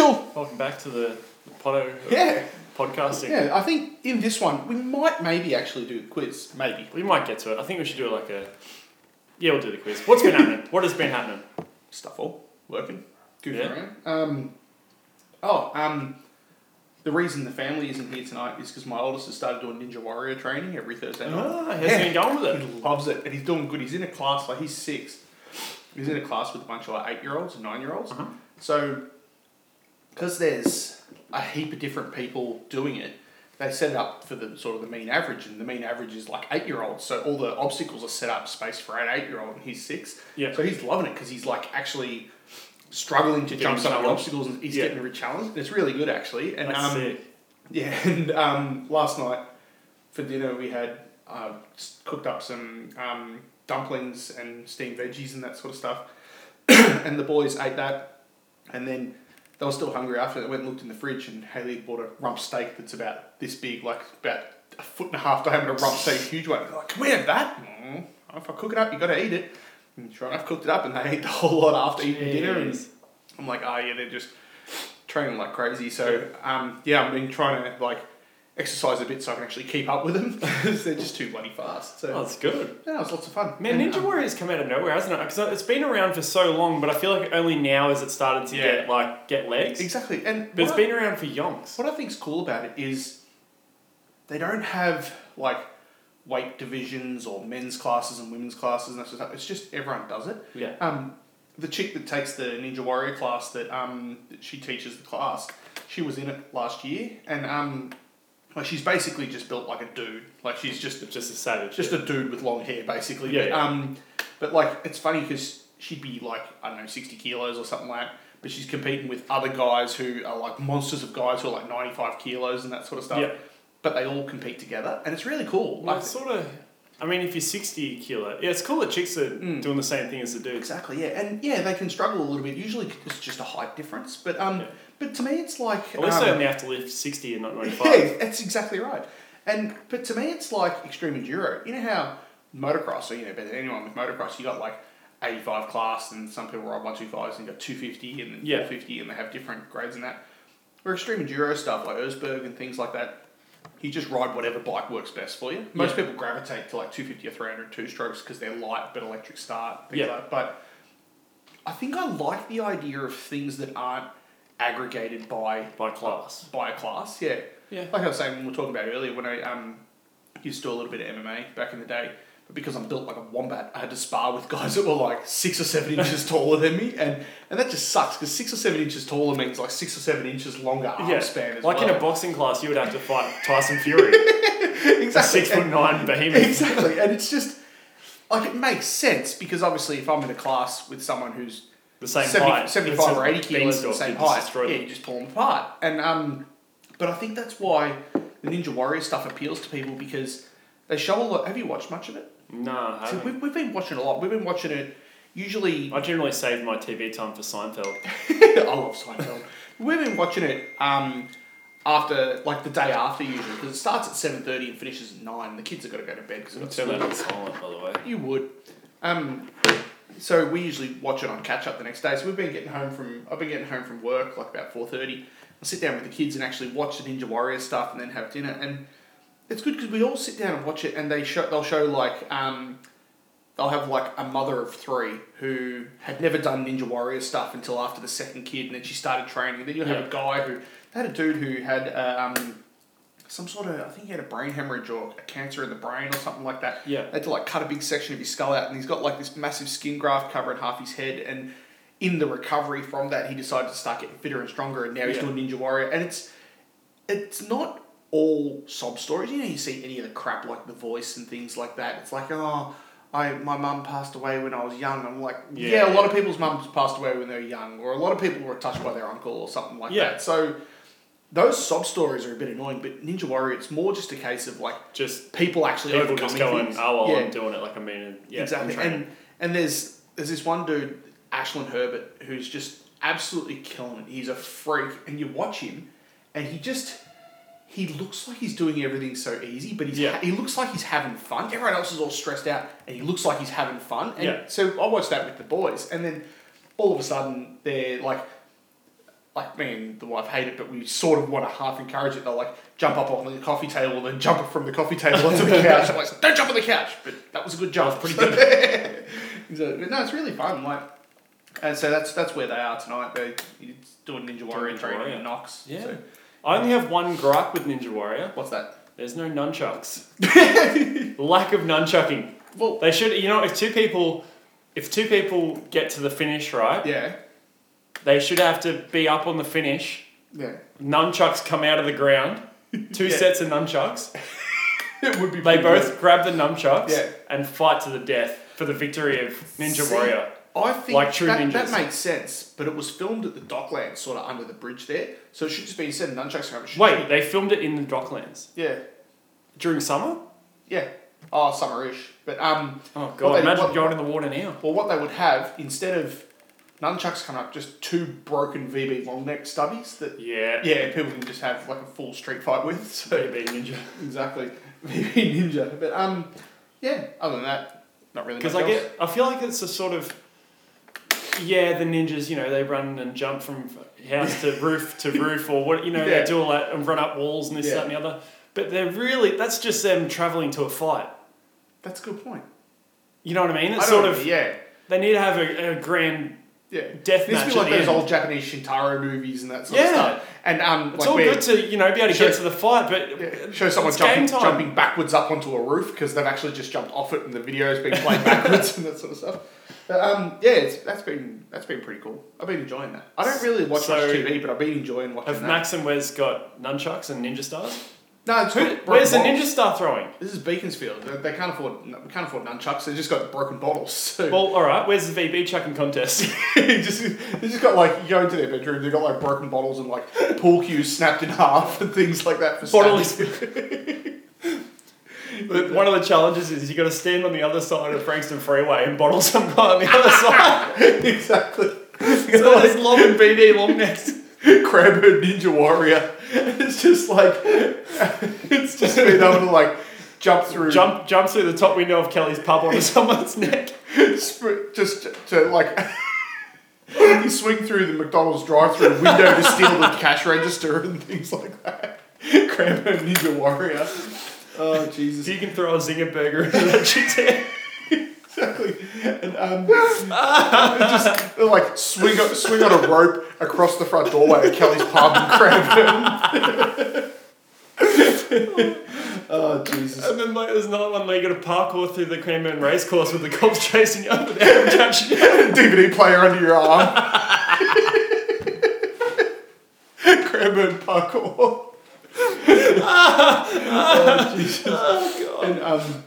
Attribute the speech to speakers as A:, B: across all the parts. A: Sure.
B: Welcome back to the Potto of
A: Yeah.
B: podcasting.
A: Yeah. I think in this one we might maybe actually do a quiz. Maybe.
B: We might get to it. I think we should do like a. Yeah, we'll do the quiz. What's been happening? What has been happening?
A: Stuff all working. Goofing
B: Yeah.
A: around. Um. Oh. Um. The reason the family isn't here tonight is because my oldest has started doing Ninja Warrior training every Thursday night.
B: Ah, how's it been going with
A: He
B: it?
A: loves it, and he's doing good. He's in a class like he's six. He's in a class with a bunch of like eight year olds and nine year olds.
B: Uh-huh.
A: So, because there's a heap of different people doing it, they set it up for the sort of the mean average, and the mean average is like eight year olds. So all the obstacles are set up space for an eight year old, and he's six.
B: Yeah.
A: So he's loving it because he's like actually struggling to jump some of the
B: challenged.
A: obstacles, and he's
B: Yeah.
A: getting really challenged. It's really good actually, and
B: That's
A: um,
B: sick.
A: yeah, and um, last night for dinner we had uh, s- cooked up some um, dumplings and steamed veggies and that sort of stuff, and the boys ate that, and then they were still hungry after. They went and looked in the fridge, and Haley had bought a rump steak that's about this big, like about a foot and a half diameter rump steak, huge one. They're like, can we have that? "Mm, If I cook it up, you got to eat it. And sure enough, cooked it up, and they ate the whole lot after eating dinner. And
B: Jeez.
A: I'm like, oh yeah, they're just training like crazy. So um, yeah, I've been trying to like exercise a bit so I can actually keep up with them. 'Cause they're just too bloody fast. So
B: Oh, that's good.
A: yeah, it was lots of fun.
B: Man,
A: And,
B: Ninja
A: um,
B: Warrior's come out of nowhere, hasn't it? Because it's been around for so long, but I feel like only now has it started to
A: Yeah.
B: get like get legs.
A: exactly. And
B: But it's
A: what I-
B: been around for yonks.
A: What I think's cool about it is they don't have like weight divisions or men's classes and women's classes and that sort of stuff. It's just everyone does it.
B: Yeah.
A: Um, the chick that takes the Ninja Warrior class that um that she teaches the class, she was in it last year, and um, like she's basically just built like a dude. Like she's just
B: It's just a savage.
A: just a dude with long hair, basically.
B: Yeah,
A: But,
B: yeah.
A: Um, but like, it's funny because she'd be like, I don't know, sixty kilos or something like. that. But she's competing with other guys who are like monsters of guys who are like ninety-five kilos and that sort of stuff.
B: Yeah.
A: But they all compete together, and it's really cool.
B: Well,
A: Like,
B: it's sort of. I mean, if you're 60 kilo, yeah, it's cool that chicks are
A: Mm.
B: doing the same thing as the dudes.
A: exactly, yeah, and yeah, they can struggle a little bit. Usually, it's just a height difference. But um,
B: Yeah.
A: but to me, it's like
B: At least
A: um,
B: they only have to lift 60 and not 95.
A: Yeah, that's exactly right. And but to me, it's like extreme enduro. You know how motocross, or you know better than anyone with motocross, you got like eighty-five class, and some people ride one two fives, and you got two fifty and
B: Yeah.
A: four fifty, and they have different grades and that. Where extreme enduro stuff like Erzberg and things like that, you just ride whatever bike works best for you. Most
B: Yeah.
A: people gravitate to like 250 or 300 two strokes because they're light but electric start. Things
B: Yeah.
A: like that. But I think I like the idea of things that aren't aggregated by
B: By class.
A: by a class. Yeah.
B: Yeah.
A: Like I was saying, when we were talking about earlier, when I um, used to do a little bit of MMA back in the day, but because I'm built like a wombat, I had to spar with guys that were like six or seven inches taller than me, and and that just sucks because six or seven inches taller means like six or seven inches longer arm
B: Yeah.
A: span as
B: Like
A: well.
B: in a boxing class, you would have to fight Tyson Fury, a
A: exactly.
B: six foot nine behemoth.
A: exactly, and it's just like it makes sense because obviously if I'm in a class with someone who's
B: The same
A: 70
B: height.
A: 75 or 80 kilos the
B: Beanstalk,
A: same
B: you just
A: height.
B: destroy
A: Yeah,
B: them.
A: you just pull them apart. And um, but I think that's why the Ninja Warrior stuff appeals to people because they show a lot. Have you watched much of it?
B: Nah, I
A: So
B: haven't.
A: we've, we've been watching a lot. We've been watching it usually.
B: I generally save my TV time for Seinfeld.
A: I love Seinfeld. we've been watching it um, after like the day after usually because it starts at seven thirty and finishes at nine. The kids have got to go to bed because they've got
B: Turn
A: school.
B: that on silent, by the way.
A: You would. Um, so we usually watch it on catch up the next day. So we've been getting home from I've been getting home from work like about four thirty. I sit down with the kids and actually watch the Ninja Warrior stuff and then have dinner. And it's good because we all sit down and watch it. And they show they'll show like um, they'll have like a mother of three who had never done Ninja Warrior stuff until after the second kid, and then she started training. Then you'll have
B: Yeah.
A: a guy who they had a dude who had uh, um, some sort of I think he had a brain hemorrhage or a cancer in the brain or something like that.
B: Yeah.
A: They had to like cut a big section of his skull out, and he's got like this massive skin graft covering half his head. And in the recovery from that, he decided to start getting fitter and stronger, and now he's
B: Yeah.
A: doing Ninja Warrior. And it's it's not all sob stories. You know, you see any of the crap like The Voice and things like that. It's like oh. I, my mum passed away when I was young. I'm like, yeah,
B: Yeah.
A: a lot of people's mums passed away when they were young, or a lot of people were touched by their uncle or something like
B: Yeah.
A: that. So those sob stories are a bit annoying, but Ninja Warrior, it's more just a case of like
B: Just
A: people actually
B: people
A: overcoming
B: just going,
A: things.
B: oh, well,
A: yeah,
B: I'm doing it like I mean it. Yeah,
A: exactly.
B: I'm training.
A: And and there's there's this one dude, Ashlyn Herbert, who's just absolutely killing it. He's a freak, and you watch him, and he just he looks like he's doing everything so easy, but he's
B: Yeah.
A: he looks like he's having fun. Everyone else is all stressed out, and he looks like he's having fun. And
B: Yeah.
A: so I watched that with the boys, and then all of a sudden they're like like me and the wife hate it, but we sort of want to half encourage it. They'll like jump up on the coffee table and then jump from the coffee table onto the couch. I'm like, don't jump on the couch, but that was a good jump. pretty good. so, but no, it's really fun. Like, and so that's that's where they are tonight. They it's doing Ninja Warrior
B: Ninja
A: training
B: Warrior.
A: in Knox.
B: Yeah.
A: So,
B: I only have one gripe with Ninja Warrior.
A: what's that?
B: There's no nunchucks. Lack of nunchucking.
A: Well,
B: They should, you know, if two people, if two people get to the finish, right?
A: yeah,
B: They should have to be up on the finish.
A: yeah.
B: Nunchucks come out of the ground. Two
A: Yeah.
B: sets of nunchucks.
A: It would be.
B: They
A: pretty
B: both
A: good.
B: grab the nunchucks
A: Yeah.
B: and fight to the death for the victory of Ninja
A: See,
B: Warrior.
A: I think
B: Like true
A: that,
B: ninjas.
A: that makes sense, but it was filmed at the Docklands, sort of under the bridge there. So it should just be sending nunchucks home. It should-
B: Wait, they filmed it in the Docklands
A: Yeah,
B: during summer.
A: yeah. Oh, summerish. But um,
B: Oh
A: Well,
B: god!
A: they-
B: Imagine
A: what-
B: going in the water now.
A: well, what they would have instead of nunchucks coming up, just two broken VB long neck stubbies that
B: Yeah.
A: yeah people can just have like a full street fight with. So
B: Baby ninja.
A: exactly, VB ninja. But um, yeah. Other than that, not really.
B: Because
A: much
B: I
A: else.
B: get, I feel like it's a sort of, yeah, the ninjas, you know, they run and jump from house to roof to roof, or what, you know,
A: Yeah.
B: they do all that and run up walls and this,
A: Yeah.
B: that, and the other. But they're really, that's just them traveling to a fight.
A: that's a good point.
B: You know what I mean?
A: I
B: It's sort
A: don't-
B: of,
A: yeah,
B: they need to have a, a grand
A: yeah.
B: death
A: This
B: match.
A: would be like
B: at the
A: those
B: end.
A: old Japanese Shintaro movies and that sort of
B: Yeah.
A: stuff. And um,
B: it's
A: like
B: all
A: where-
B: good to, you know, be able to
A: Sure.
B: get to the fight, but
A: yeah, show someone
B: it's game
A: jumping,
B: time.
A: jumping backwards up onto a roof because they've actually just jumped off it and the video's been played backwards and that sort of stuff. But, um, yeah, it's, that's been that's been pretty cool. I've been enjoying that. I don't really watch
B: So-
A: much TV, but I've been enjoying watching
B: have
A: that.
B: Max and Wes got nunchucks and ninja stars?
A: no, it's
B: Who,
A: got broken
B: where's the
A: bottles.
B: ninja star throwing?
A: This is Beaconsfield. They, they can't afford we can't afford nunchucks. They just got broken bottles. So
B: Well, alright, where's the VB chucking contest?
A: just they just got like you go into their bedroom. They've got like broken bottles and like pool cues snapped in half and things like that. For
B: Bottle
A: snacks.
B: But One of the challenges is you got to stand on the other side of Frankston Freeway and bottle some guy on the other side.
A: exactly.
B: so there's long and BD long necks.
A: Crab and Ninja Warrior. It's just like it's just being able to like jump through,
B: Jump, jump through the top window of Kelly's pub onto someone's neck.
A: sp- just to, to, like you swing through the McDonald's drive-through window to steal the cash register and things like that. Crab and Ninja Warrior. Oh Jesus!
B: So you can throw a zinger burger into that chick's head.
A: Exactly. And um, just like swing on, swing on a rope across the front doorway to Kelly's pub and crab him. oh Jesus.
B: And then like, there's another one where you got to parkour through the Cranbourne race course with the cops chasing you up and down and catching you.
A: DVD player under your arm. Cranbourne parkour. oh, Jesus. And, um,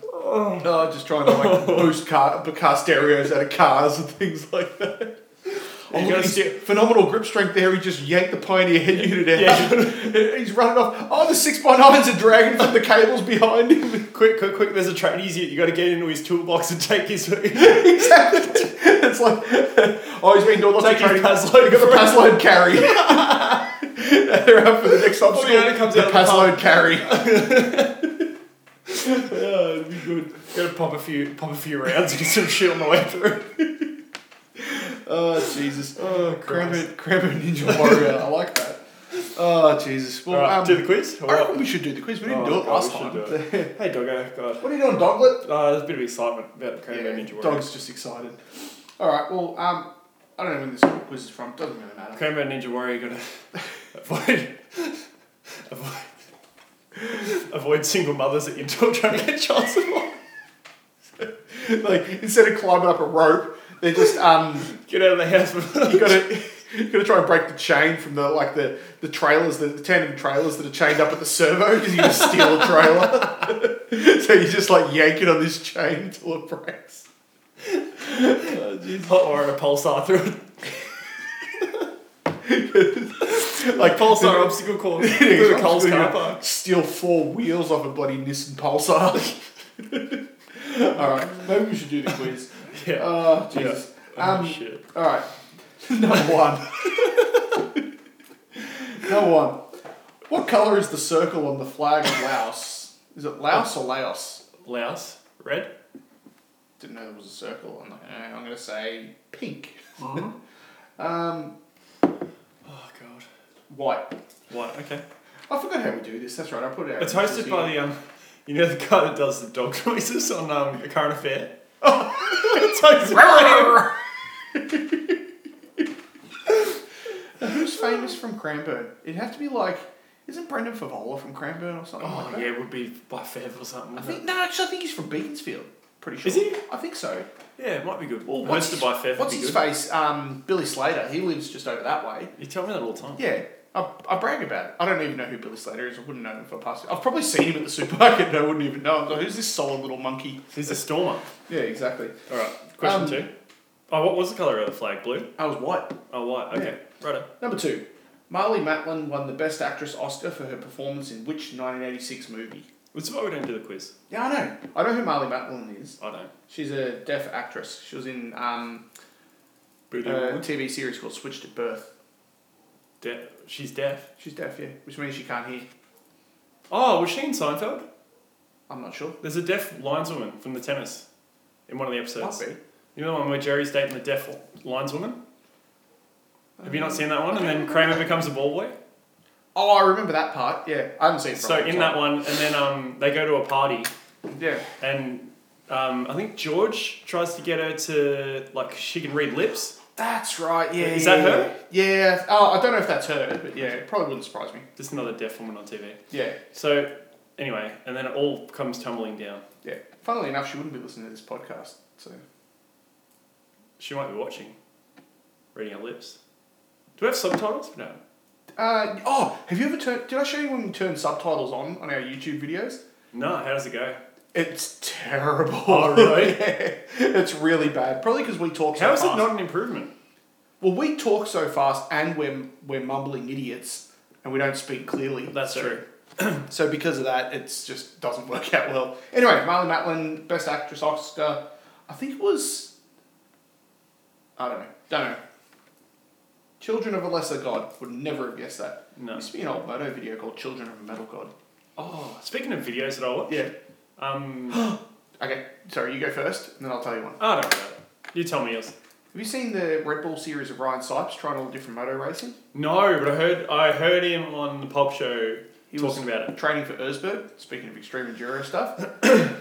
A: oh, just trying to like boost car, car stereos out of cars and things like that. Oh,
B: You
A: look
B: gotta
A: at his
B: steer-
A: phenomenal grip strength there. He just yanked the pioneer head unit out. He's running off. Oh, the 6x9s are dragging from the cables behind him.
B: Quick, quick, quick! There's a trainee's here. You got to get into his toolbox and take his take
A: exactly. It's like, oh, he's been doing lots of
B: his
A: training.
B: Paslow.
A: You got the pass load carry. They're up for the next obstacle.
B: Oriana Oh, comes
A: the
B: out of the
A: pass load carry.
B: Yeah, it'd be good. Gotta pop a few pop a few rounds and get some shit on my way through.
A: oh Jesus!
B: Oh,
A: Crab it, crab it, ninja warrior. I like that. Oh Jesus! Well,
B: Alright,
A: um,
B: do the quiz.
A: I reckon we should do the quiz. We didn't
B: Oh,
A: do it
B: God,
A: last
B: we should
A: time.
B: do hey, doggo. God.
A: what are you doing, Doglet?
B: Uh, there's a bit of excitement about the Cranberry Ninja Warrior.
A: dog's just excited. All right. Well, um, I don't know when this quiz is from. Doesn't really matter.
B: Cranberry Ninja Warrior, gotta avoid, avoid, avoid single mothers at your door trying to get child support.
A: like instead of climbing up a rope, they just um.
B: Get out of the house with
A: you gotta you gotta try and break the chain from the like the the trailers the, tandem trailers that are chained up at the servo because you can steal a trailer so you just like yank it on this chain until it breaks
B: hot wire and a pulsar through it.
A: like
B: Pulsar obstacle course through the Coles car park.
A: steal four wheels off a bloody Nissan Pulsar alright maybe we should do the quiz
B: Yeah.
A: oh Jesus
B: oh,
A: um,
B: shit.
A: All right. Number one. Number one. What color is the circle on the flag of Laos? Is it Laos or Laos?
B: Laos, red.
A: Didn't know there was a circle. uh, I'm like,
B: Mm-hmm.
A: eh, I'm gonna say pink. um,
B: Oh god.
A: White.
B: What? Okay.
A: I forgot how we do this. That's right. I put it out.
B: It's hosted by the um, you know the guy that does the dog noises on um A Current Affair. it's hosted by him.
A: Who's famous from Cranbourne? It'd have to be like, isn't Brendan Favola from Cranbourne or something
B: Oh
A: like that?
B: yeah, it would be by Fev or something.
A: I
B: wouldn't
A: think no, actually, I think he's from Beaconsfield. Pretty sure.
B: Is he?
A: I think so.
B: it? Yeah, it might be good.
A: Well, what's
B: hosted
A: his-
B: by Fev.
A: What's
B: would be
A: his
B: good.
A: face? Um, Billy Slater. He lives just over that way.
B: You tell me that all the time.
A: Yeah, I, I brag about it. I don't even know who Billy Slater is. I wouldn't know him if I passed. I've probably seen him at the supermarket, and I wouldn't even know. him. So who's this solid little monkey?
B: He's a stormer.
A: Yeah, exactly.
B: All right. Question
A: Um,
B: two. Oh, what was the color of the flag? Blue.
A: I was white.
B: Oh, white. Okay. Righto.
A: Number two, Marley Matlin won the Best Actress Oscar for her performance in which 1986 movie?
B: Which is why we don't do the quiz.
A: Yeah, I know. I know who Marley Matlin is.
B: I don't.
A: She's a deaf actress. She was in um, a
B: Boo-doo woman.
A: TV series called Switched at Birth.
B: De- she's deaf.
A: She's deaf, yeah, which means she can't hear.
B: Oh, was she in Seinfeld?
A: I'm not sure.
B: There's a deaf lineswoman from the tennis in one of the episodes.
A: Might be.
B: You know the one where Jerry's dating the deaf lineswoman? Have you not seen that one? And then Kramer becomes a ball boy.
A: Oh, I remember that part. Yeah, I haven't seen. it for a
B: So
A: long
B: in that
A: time.
B: one, and then um, they go to a party,
A: Yeah.
B: and um, I think George tries to get her to like she can read lips.
A: That's right. Yeah.
B: Is
A: yeah,
B: that her?
A: Yeah. Yeah. Oh, I don't know if that's her, but yeah, it probably wouldn't surprise me.
B: Just another deaf woman on TV.
A: Yeah.
B: So anyway, and then it all comes tumbling down.
A: Yeah. Funnily enough, she wouldn't be listening to this podcast. So
B: She might be watching, reading her lips. Do we have subtitles? No.
A: Uh, oh, have you ever turned? Did I show you when we turn subtitles on on our YouTube videos?
B: No. How does it go?
A: It's terrible.
B: Oh, really?
A: Yeah, it's really bad. Probably because we talk so
B: How is
A: fast.
B: it not an improvement?
A: well, we talk so fast, and we're we're mumbling idiots, and we don't speak clearly.
B: That's
A: so,
B: true.
A: So because of that, it's just doesn't work out well. Anyway, Marley Matlin, Best Actress Oscar. I think it was. I don't know. Don't know. Children of a Lesser God would never have guessed that.
B: No.
A: Used to be an old moto video called "Children of a Metal God."
B: Oh, speaking of videos that I watch,
A: Yeah.
B: um,
A: Okay, sorry, you go first, and then I'll tell you one.
B: I don't know. You tell me yours.
A: Have you seen the Red Bull series of Ryan Sipes trying all the different moto racing?
B: No, but I heard I heard him on the pop show
A: He was-
B: talking about it.
A: Training for Erzberg, speaking of extreme enduro stuff,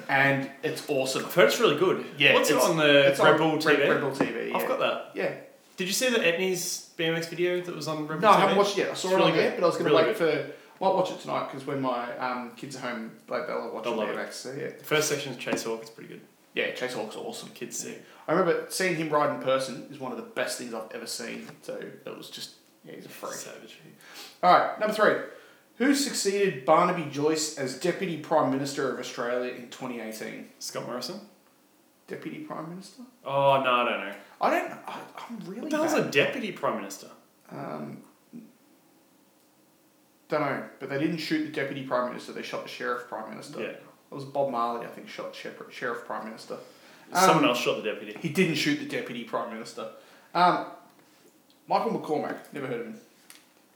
A: and it's awesome.
B: I've heard it's really good.
A: Yeah,
B: what's it
A: it's-
B: on the
A: It's
B: Red
A: on
B: Bull
A: Red,
B: TV?
A: Red Bull TV. Yeah.
B: I've got that.
A: Yeah.
B: Did you see the Etnies BMX video that was on Red
A: No,
B: Bull
A: I
B: TV?
A: haven't watched it yet. I saw
B: It's
A: it on
B: really
A: there,
B: good.
A: but I was going to
B: Really
A: wait for. Well, I'll watch it tonight because when my um, kids are home, like they'll watch
B: They'll
A: it
B: love
A: later. So yeah,
B: The first section is Chase Hawk. It's pretty good.
A: yeah, Chase Hawk's awesome.
B: Kids see.
A: I remember seeing him ride in person is one of the best things I've ever seen. So that was just yeah, he's a freak.
B: Savage.
A: All right, number three. Who succeeded Barnaby Joyce as Deputy Prime Minister of Australia in 2018?
B: Scott Morrison.
A: Deputy Prime Minister?
B: Oh no, I don't know.
A: I don't know. I, I'm really
B: What the hell's
A: bad.
B: a deputy prime minister?
A: Um, don't know, but they didn't shoot the Deputy Prime Minister. They shot the Sheriff Prime Minister.
B: Yeah,
A: It was Bob Marley, I think, shot Shep- Sheriff Prime Minister. Um,
B: someone else shot the deputy.
A: He didn't shoot the Deputy Prime Minister. Um, Michael McCormack. Never heard of him.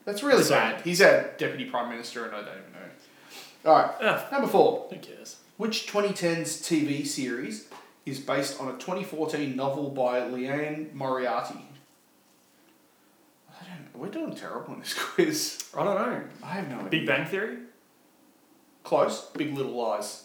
A: That's really
B: Sorry.
A: bad. He's a Deputy Prime Minister and I don't even know. All right,
B: Ah,
A: number four.
B: who cares?
A: Which 2010s TV series is based on a 2014 novel by Leanne Moriarty? I don't know. We're doing terrible in this quiz.
B: I don't know.
A: I have no idea.
B: Big Bang Theory.
A: Close. Big Little Lies.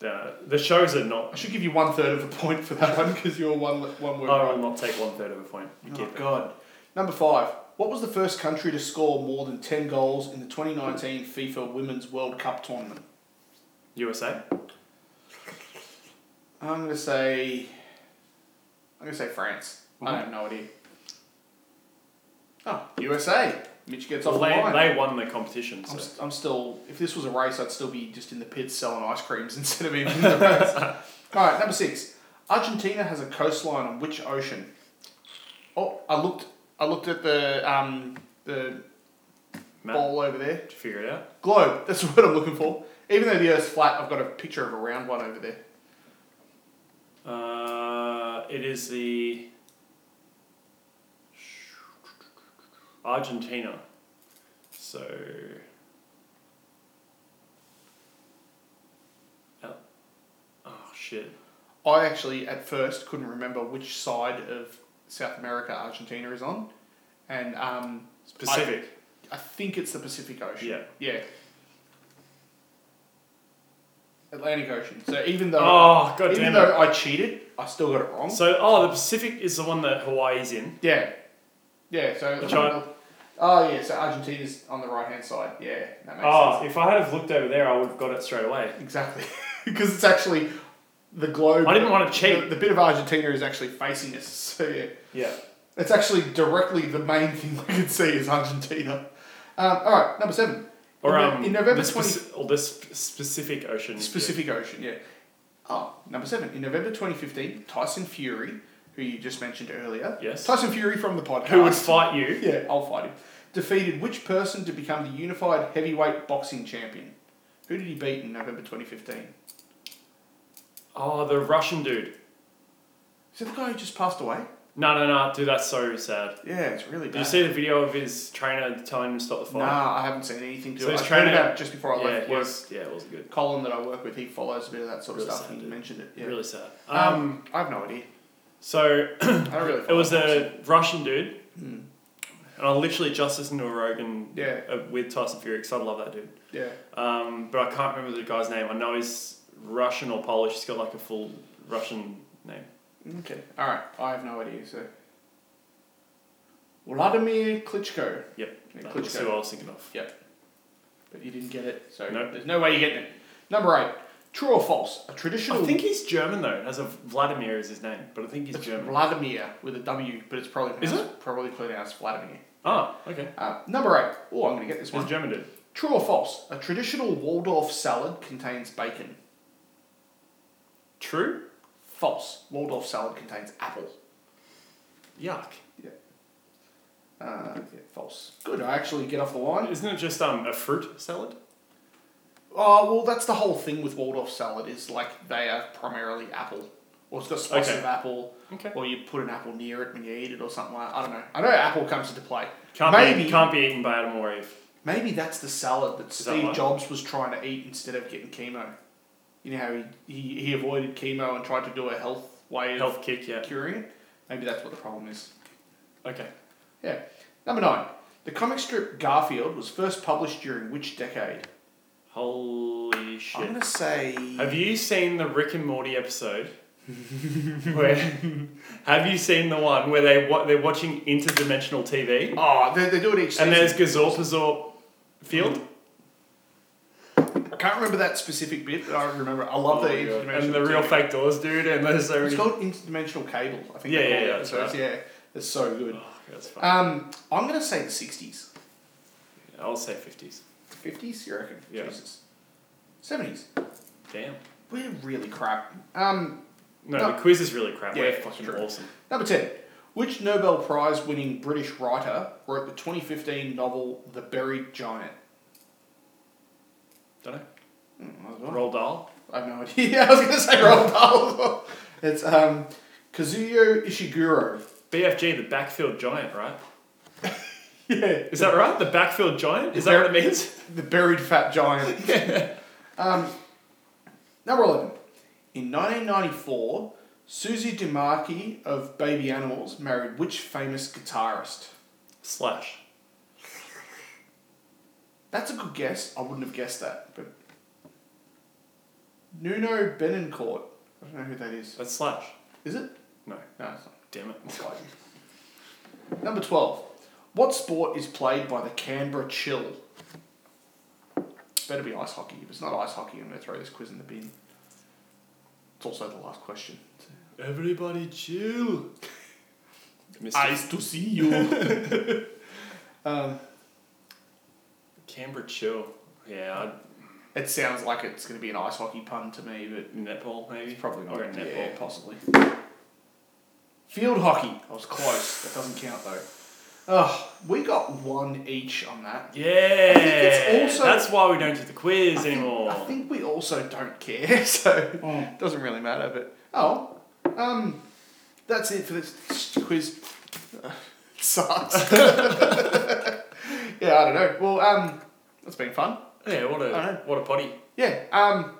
B: The the shows are
A: I
B: not.
A: should give you one third of a point for that one because you're one one
B: I
A: word
B: will
A: right.
B: not take one third of a point. You
A: Oh
B: keep it.
A: God. Number five. What was the first country to score more than 10 goals in the 2019 FIFA Women's World Cup tournament?
B: USA.
A: I'm gonna say. I'm gonna say France. I
B: Mhm.
A: have no idea. Oh, USA. Mitch gets off
B: Well,
A: the line.
B: they, they won the competition.
A: I'm,
B: So.
A: st- I'm still. If this was a race, I'd still be just in the pits selling ice creams instead of even in the race. All right, number six. Argentina has a coastline on which ocean? Oh, I looked. I looked at the um, the
B: Matt,
A: ball over there.
B: did you figure it out?
A: Globe. That's what I'm looking for. Even though the Earth's flat, I've got a picture of a round one over there.
B: Uh, it is the Argentina. So Al- oh shit.
A: I actually at first couldn't remember which side of South America Argentina is on, and um,
B: It's Pacific.
A: I- I think it's the Pacific Ocean.
B: Yeah.
A: Yeah. Atlantic Ocean. So even though
B: Oh, god
A: even
B: damn
A: though
B: it.
A: I cheated, I still got it wrong.
B: So, oh, the Pacific is the one that Hawaii's in.
A: yeah. Yeah, so
B: Which I-
A: Oh yeah, so Argentina's on the right hand side. Yeah, that makes
B: Oh, if I had have looked over there, I would have got it straight away.
A: sense. Exactly. Because it's actually the globe.
B: I didn't want to
A: the,
B: cheat.
A: the bit of Argentina is actually facing us, so yeah.
B: Yeah.
A: It's actually directly the main thing we can see is Argentina. Um, all right, number seven.
B: Or
A: in, no-
B: um,
A: in November
B: the
A: 20,
B: speci- or the sp- specific ocean.
A: Pacific Ocean, yeah. Oh, number seven. In November 2015, Tyson Fury, who you just mentioned earlier,
B: Yes.
A: Tyson Fury from the podcast,
B: Who would fight you?
A: yeah, I'll fight him, defeated which person to become the unified heavyweight boxing champion? Who did he beat in November 2015? Is
B: Oh, the Russian dude.
A: it the guy who just passed away?
B: No, no, no, dude, that's so sad.
A: Yeah, it's really
B: Did
A: bad.
B: you see the video of his trainer telling him to stop the fight?
A: Nah, I haven't seen anything to
B: So
A: it.
B: he's
A: I heard
B: trying to-
A: about it just before I
B: yeah,
A: left
B: it
A: work.
B: was, yeah, it wasn't good.
A: Colin that I work with, he follows a bit of that sort of
B: Really
A: stuff. He
B: sad, dude.
A: mentioned it. Yeah.
B: Really sad.
A: Um,
B: Um,
A: I have no idea.
B: so
A: I don't really.
B: it was
A: follow
B: a Russian dude,
A: Hmm.
B: and I literally just listened to a Rogan
A: Yeah.
B: uh, with Tyson Fury because I love that dude.
A: Yeah.
B: Um, but I can't remember the guy's name. I know he's Russian or Polish. He's got like a full Russian name.
A: Okay. All right. I have no idea. So. Vladimir Klitschko.
B: Yep,
A: Yeah,
B: That's who
A: Klitschko.
B: I was thinking of.
A: But you didn't get it, so
B: Nope.
A: there's no way you're getting it. Number eight. True or false? A traditional.
B: I think he's German though. As a Vladimir is his name, but I think he's
A: it's
B: German.
A: Vladimir with a W, but it's probably
B: Is
A: pronounced, probably pronounced Vladimir.
B: Oh, okay.
A: Uh, number eight. Oh, I'm gonna get this
B: He's
A: one.
B: German dude.
A: True or false? A traditional Waldorf salad contains bacon.
B: True.
A: False. Waldorf salad contains apple.
B: Yuck.
A: Uh, yeah, false. Good. I actually get off the line.
B: Isn't it just um a fruit salad?
A: Oh well, that's the whole thing with Waldorf salad is like they are primarily apple, or it's got spice
B: Okay.
A: of apple,
B: Okay.
A: or you put an apple near it when you eat it or something like. I don't know. I know apple comes into play.
B: Can't
A: maybe
B: be can't be eaten by Adam or Eve.
A: maybe that's the salad that
B: that
A: Steve
B: right?
A: Jobs was trying to eat instead of getting chemo. You know how he, he, he avoided chemo and tried to do a health way
B: Health kick, yeah.
A: of curing it. Maybe that's what the problem is.
B: Okay.
A: Yeah. Number nine. The comic strip Garfield was first published during which decade?
B: Holy shit.
A: I'm gonna say.
B: Have you seen the Rick and Morty episode? where have you seen the one where they wa- they're watching interdimensional TV
A: Oh, they, they do it each season.
B: and there's Gazorpazor Field
A: I can't remember that specific bit, but I remember. I love the
B: Oh my God.
A: interdimensional.
B: and the real
A: TV.
B: fake doors dude and there's so
A: It's
B: many.
A: called interdimensional cable. I think.
B: Yeah,
A: they
B: yeah, yeah,
A: call it.
B: that's
A: So it's- yeah, it's so good.
B: Oh, that's fun.
A: Um, I'm gonna say the '60s, Uh,
B: I'll say fifties.
A: '50s. You reckon?
B: Yeah.
A: Jesus. '70s.
B: Damn.
A: We're really crap. Um,
B: No,
A: No.
B: the quiz is really crap.
A: Yeah,
B: We're
A: it's
B: fucking
A: true.
B: awesome.
A: number ten. Which Nobel Prize-winning British writer wrote the 2015 novel *The Buried Giant*?
B: Don't know.
A: Hmm, I was wrong.
B: Roll Dahl.
A: I have no idea. I was gonna say Roald Dahl. as well. It's um, Kazuyo Ishiguro.
B: BFG, the backfield giant, right?
A: Yeah.
B: Is that right? The backfield giant? Is that what it means?
A: The buried fat giant. um, number 11. In 1994, Susie DiMarchi of Baby Animals married which famous guitarist?
B: Slash.
A: That's a good guess. I wouldn't have guessed that. But Nuno Benancourt. I don't know who that is.
B: That's slash.
A: Is it?
B: No.
A: No, it's not.
B: Damn it.
A: It's like- Number 12. What sport is played by the Canberra Chill? Better be ice hockey. If it's not ice hockey, I'm going to throw this quiz in the bin. It's also the last question.
B: Everybody chill.
A: Eyes to see you. um,
B: Canberra chill. Yeah,
A: it sounds like it's going to be an ice hockey pun to me, but
B: I'd, netball maybe.
A: it's probably not.
B: Or netball.
A: Yeah, possibly. Field hockey. I was close. That doesn't count though. Oh, we got one each on that.
B: Yeah.
A: I think it's also-
B: That's why we don't do the quiz
A: I think-
B: anymore.
A: I think we also don't care, so it doesn't really matter. But oh, um, that's it for this quiz. Uh, sucks. yeah, I don't know. Well, um, that's been fun.
B: Yeah. What
A: I
B: a
A: know.
B: what a potty.
A: Yeah. Um,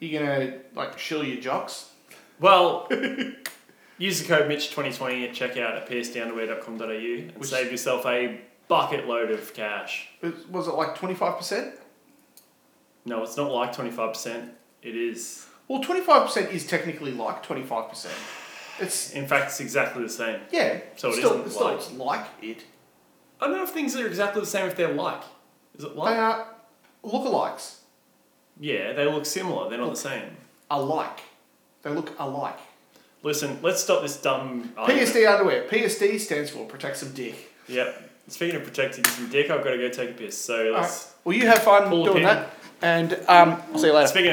A: you gonna like shill your jocks?
B: Well. Use the code Mitch2020 at checkout at psdownwear.com.au and
A: Which-
B: save yourself a bucket load of cash.
A: Was- Was it like twenty five percent?
B: No, it's not like 25%. It is.
A: Well, twenty five percent is technically like twenty five percent. It's
B: In fact, it's exactly the same.
A: yeah.
B: So it
A: still,
B: isn't
A: still,
B: like-
A: it's like it.
B: I don't know if things are exactly the same if they're like. Is it
A: They
B: like?
A: are lookalikes.
B: Yeah, they look similar. They're not the same.
A: Alike. They look alike.
B: Listen, let's stop this dumb. argument.
A: PSD underwear. PSD stands for protect some dick.
B: Yep. Speaking of protecting some dick, I've got to go take a piss. So
A: All
B: let's.
A: right. Well, you have fun
B: Pull the pin.
A: doing that, and um, see you later.
B: Speaking of